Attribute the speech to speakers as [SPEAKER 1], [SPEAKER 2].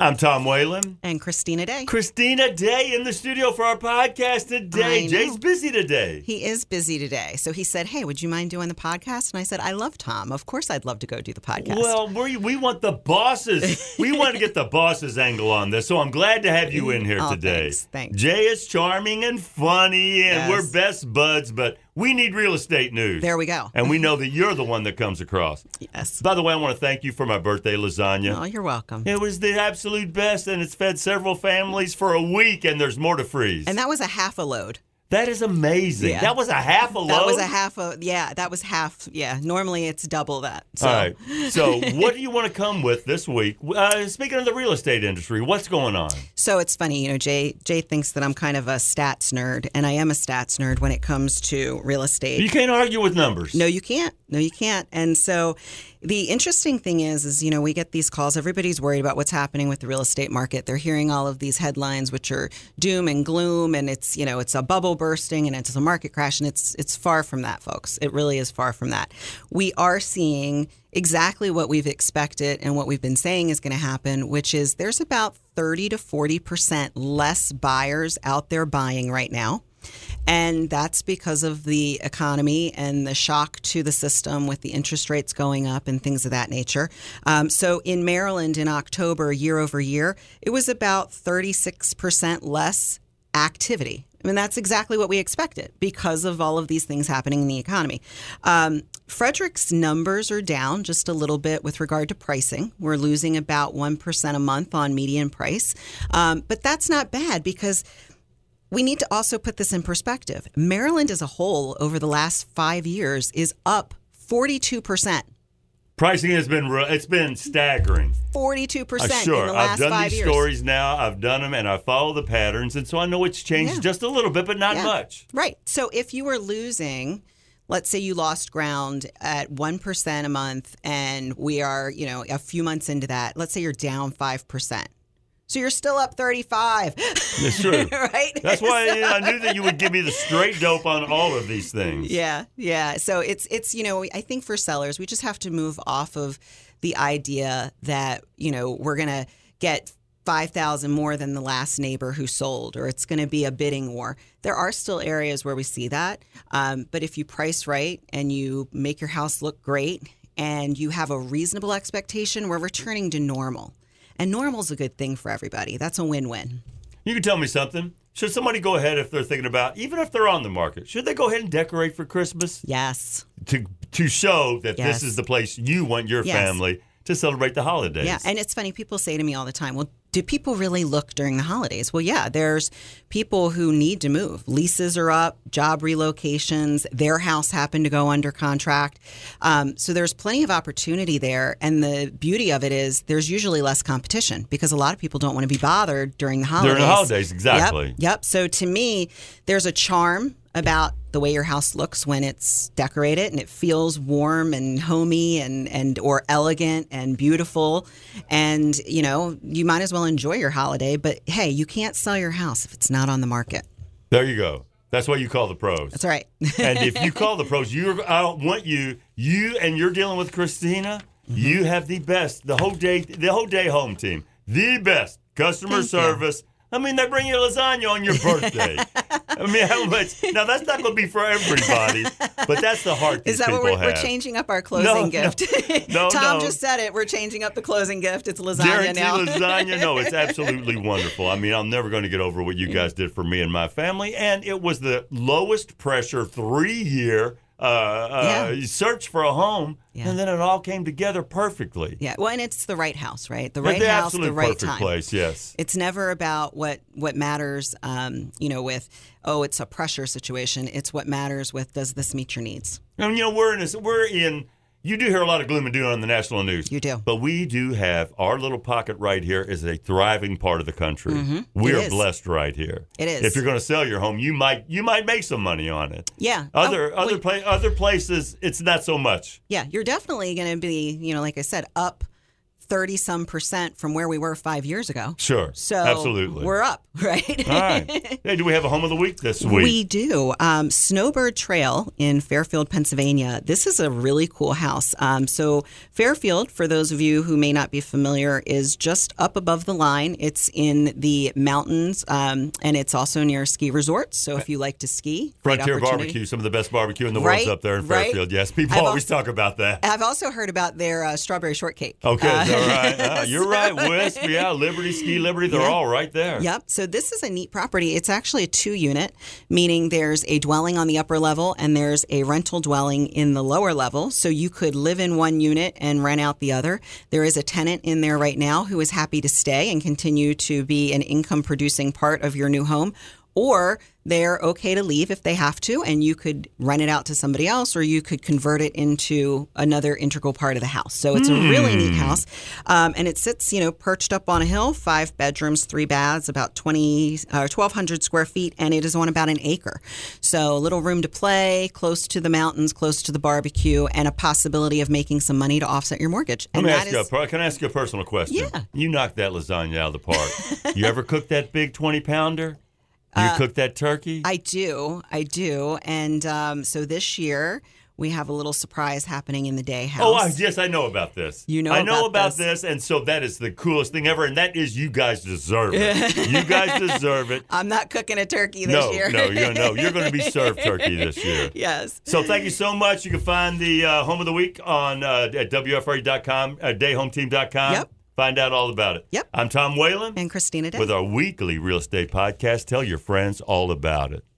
[SPEAKER 1] I'm Tom Whalen.
[SPEAKER 2] and Christina Day.
[SPEAKER 1] Christina Day in the studio for our podcast
[SPEAKER 2] I
[SPEAKER 1] today.
[SPEAKER 2] know.
[SPEAKER 1] Jay's busy today.
[SPEAKER 2] He is busy today. So he said, Hey, would you mind doing the podcast? And I said, I love Tom. Of course, I'd love to go do the podcast.
[SPEAKER 1] Well, we, we want the bosses. we want to get the bosses angle on this. So I'm glad to have you in here
[SPEAKER 2] Oh,
[SPEAKER 1] today.
[SPEAKER 2] thanks, thanks.
[SPEAKER 1] Jay is charming and funny, and
[SPEAKER 2] Yes.
[SPEAKER 1] we're best buds, but we need real estate news.
[SPEAKER 2] there we go.
[SPEAKER 1] and we know that you're the one that comes across.
[SPEAKER 2] Yes.
[SPEAKER 1] By the way, I want to thank you for my birthday lasagna.
[SPEAKER 2] Oh, you're welcome.
[SPEAKER 1] It was the absolute best, and it's fed several families for a week, and there's more to freeze.
[SPEAKER 2] And that was a half a load.
[SPEAKER 1] that is amazing.
[SPEAKER 2] Yeah.
[SPEAKER 1] That was a half a load.
[SPEAKER 2] That was a half a, yeah, that was half. Yeah. Normally it's double that. So
[SPEAKER 1] All right. So, what do you want to come with this week? Uh, speaking of the real estate industry, what's going on?
[SPEAKER 2] So it's funny, you know, Jay Jay thinks that I'm kind of a stats nerd, and I am a stats nerd when it comes to real estate.
[SPEAKER 1] You can't argue with numbers.
[SPEAKER 2] No, you can't. No, you can't. And so the interesting thing is, is, you know, we get these calls. Everybody's worried about what's happening with the real estate market. They're hearing all of these headlines, which are doom and gloom. And it's, you know, it's a bubble bursting and it's a market crash. And it's, it's far from that, folks. It really is far from that. We are seeing exactly what we've expected and what we've been saying is going to happen, which is there's about 30 to 40% less buyers out there buying right now. And that's because of the economy and the shock to the system with the interest rates going up and things of that nature. Um, so in Maryland in October, year over year, it was about 36% less activity. I mean, that's exactly what we expected because of all of these things happening in the economy. Um, Frederick's numbers are down just a little bit with regard to pricing. We're losing about 1% a month on median price. Um, but that's not bad because we need to also put this in perspective. Maryland as a whole, over the last five years, is up 42%.
[SPEAKER 1] Pricing has been re- it's been staggering.
[SPEAKER 2] 42%
[SPEAKER 1] Uh, sure,
[SPEAKER 2] in the
[SPEAKER 1] I've
[SPEAKER 2] last
[SPEAKER 1] done
[SPEAKER 2] five
[SPEAKER 1] these
[SPEAKER 2] years.
[SPEAKER 1] stories now. I've done them, and I follow the patterns, and so I know it's changed
[SPEAKER 2] Yeah.
[SPEAKER 1] just a little bit, but not
[SPEAKER 2] Yeah.
[SPEAKER 1] much.
[SPEAKER 2] Right. So if you were losing, let's say you lost ground at 1% a month and we are, you know, a few months into that, let's say you're down 5%. So you're still up 35,
[SPEAKER 1] It's true.
[SPEAKER 2] right?
[SPEAKER 1] That's why I knew that you would give me the straight dope on all of these things.
[SPEAKER 2] Yeah, yeah. So it's it's you know I think for sellers we just have to move off of the idea that you know we're gonna get five thousand more than the last neighbor who sold, or it's gonna be a bidding war. There are still areas where we see that, um, but if you price right and you make your house look great and you have a reasonable expectation, we're returning to normal. And normal's a good thing for everybody. That's a win-win.
[SPEAKER 1] You can tell me something. Should somebody go ahead if they're thinking about, even if they're on the market, should they go ahead and decorate for Christmas
[SPEAKER 2] Yes.
[SPEAKER 1] to to show that
[SPEAKER 2] Yes.
[SPEAKER 1] this is the place you want your
[SPEAKER 2] Yes.
[SPEAKER 1] family to celebrate the holidays?
[SPEAKER 2] Yeah, and it's funny. People say to me all the time, "Well, do people really look during the holidays?" Well, yeah. There's people who need to move. Leases are up, job relocations. Their house happened to go under contract, um, so there's plenty of opportunity there. And the beauty of it is there's usually less competition because a lot of people don't want to be bothered during the holidays.
[SPEAKER 1] During the holidays,
[SPEAKER 2] Yep,
[SPEAKER 1] exactly.
[SPEAKER 2] Yep. So to me, there's a charm about the way your house looks when it's decorated and it feels warm and homey and, and or elegant and beautiful. And, you know, you might as well enjoy your holiday, but hey, you can't sell your house if it's not on the market.
[SPEAKER 1] There you go. That's why you call the pros.
[SPEAKER 2] That's all right.
[SPEAKER 1] and if you call the pros, you I don't want you. You and you're dealing with Christina.
[SPEAKER 2] Mm-hmm.
[SPEAKER 1] You have the best, the whole day, the whole day home team, the best customer
[SPEAKER 2] Thank you.
[SPEAKER 1] service. I mean, they bring you lasagna on your birthday. I mean, how much? Now that's not going to be for everybody, but that's the heart these
[SPEAKER 2] Is that
[SPEAKER 1] people
[SPEAKER 2] what we're,
[SPEAKER 1] have.
[SPEAKER 2] we're changing up our closing
[SPEAKER 1] No, no.
[SPEAKER 2] gift?
[SPEAKER 1] No,
[SPEAKER 2] Tom
[SPEAKER 1] no.
[SPEAKER 2] just said it. We're changing up the closing gift. It's lasagna
[SPEAKER 1] Guarantee
[SPEAKER 2] now.
[SPEAKER 1] lasagna. No, it's absolutely wonderful. I mean, I'm never going to get over what you guys did for me and my family. And it was the lowest pressure three year uh, uh, search for a home.
[SPEAKER 2] Yeah.
[SPEAKER 1] And then it all came together perfectly.
[SPEAKER 2] yeah. Well, and it's the right house, right? The
[SPEAKER 1] They're
[SPEAKER 2] right
[SPEAKER 1] the
[SPEAKER 2] house,
[SPEAKER 1] absolute
[SPEAKER 2] the right
[SPEAKER 1] perfect
[SPEAKER 2] time.
[SPEAKER 1] place, yes.
[SPEAKER 2] It's never about what what matters, um, you know, with oh, it's a pressure situation. It's what matters with does this meet your needs?
[SPEAKER 1] And you know, we're in this, we're in you do hear a lot of gloom and doom on the national news.
[SPEAKER 2] You do.
[SPEAKER 1] But we do have our little pocket right here is a thriving part of the country. We
[SPEAKER 2] Mm-hmm. It
[SPEAKER 1] are
[SPEAKER 2] is.
[SPEAKER 1] blessed right here.
[SPEAKER 2] It is.
[SPEAKER 1] If you're going to sell your home, you might you might make some money on it.
[SPEAKER 2] Yeah.
[SPEAKER 1] Other
[SPEAKER 2] Oh,
[SPEAKER 1] other
[SPEAKER 2] well,
[SPEAKER 1] pla- other places, it's not so much.
[SPEAKER 2] yeah, you're definitely going to be, you know, like I said, up 30 some percent from where we were five years ago.
[SPEAKER 1] Sure.
[SPEAKER 2] So
[SPEAKER 1] absolutely.
[SPEAKER 2] we're up, right?
[SPEAKER 1] All right. Hey, do we have a home of the week this week?
[SPEAKER 2] We do. Um, Snowbird Trail in Fairfield, Pennsylvania. This is a really cool house. Um, so, Fairfield, for those of you who may not be familiar, is just up above the line. It's in the mountains um, and it's also near a ski resort. So, if you like to ski, great
[SPEAKER 1] Frontier
[SPEAKER 2] opportunity.
[SPEAKER 1] Barbecue, some of the best barbecue in the
[SPEAKER 2] Right,
[SPEAKER 1] world's up there in
[SPEAKER 2] right.
[SPEAKER 1] Fairfield. Yes, people
[SPEAKER 2] I've al-
[SPEAKER 1] always talk about that.
[SPEAKER 2] I've also heard about their uh, strawberry shortcake.
[SPEAKER 1] Okay,
[SPEAKER 2] Uh,
[SPEAKER 1] is that right? Uh, you're right, Wisp. Yeah, Liberty, Ski Liberty, they're all right there.
[SPEAKER 2] Yep. So this is a neat property. It's actually a two unit, meaning there's a dwelling on the upper level and there's a rental dwelling in the lower level. So you could live in one unit and rent out the other. There is a tenant in there right now who is happy to stay and continue to be an income producing part of your new home. Or they're okay to leave if they have to, and you could rent it out to somebody else, or you could convert it into another integral part of the house. So it's a really neat
[SPEAKER 1] Hmm.
[SPEAKER 2] house, um, and it sits, you know, perched up on a hill, five bedrooms, three baths, about twenty uh, twelve hundred square feet, and it is on about an acre. So little room to play, close to the mountains, close to the barbecue, and a possibility of making some money to offset your mortgage.
[SPEAKER 1] Let
[SPEAKER 2] And
[SPEAKER 1] me
[SPEAKER 2] that
[SPEAKER 1] ask
[SPEAKER 2] is
[SPEAKER 1] you a, per- can I ask you a personal question?
[SPEAKER 2] Yeah.
[SPEAKER 1] You knocked that lasagna out of the park. you ever cooked that big 20 pounder? You
[SPEAKER 2] Uh,
[SPEAKER 1] cooked that turkey?
[SPEAKER 2] I do, I do, and um, so this year. We have a little surprise happening in the day house.
[SPEAKER 1] Oh, I, yes, I know about this.
[SPEAKER 2] You know
[SPEAKER 1] I know about,
[SPEAKER 2] about
[SPEAKER 1] this.
[SPEAKER 2] this.
[SPEAKER 1] and so that is the coolest thing ever, and that is you guys deserve it. you guys deserve it.
[SPEAKER 2] I'm not cooking a turkey this
[SPEAKER 1] No,
[SPEAKER 2] year.
[SPEAKER 1] no, you no, you're going to be served turkey this year.
[SPEAKER 2] yes.
[SPEAKER 1] So thank you so much. You can find the uh, home of the week on uh, at wfra.com, uh, dayhometeam.com.
[SPEAKER 2] Yep.
[SPEAKER 1] Find out all about it.
[SPEAKER 2] Yep.
[SPEAKER 1] I'm Tom Whalen
[SPEAKER 2] And Christina did.
[SPEAKER 1] with our weekly real estate podcast. Tell your friends all about it.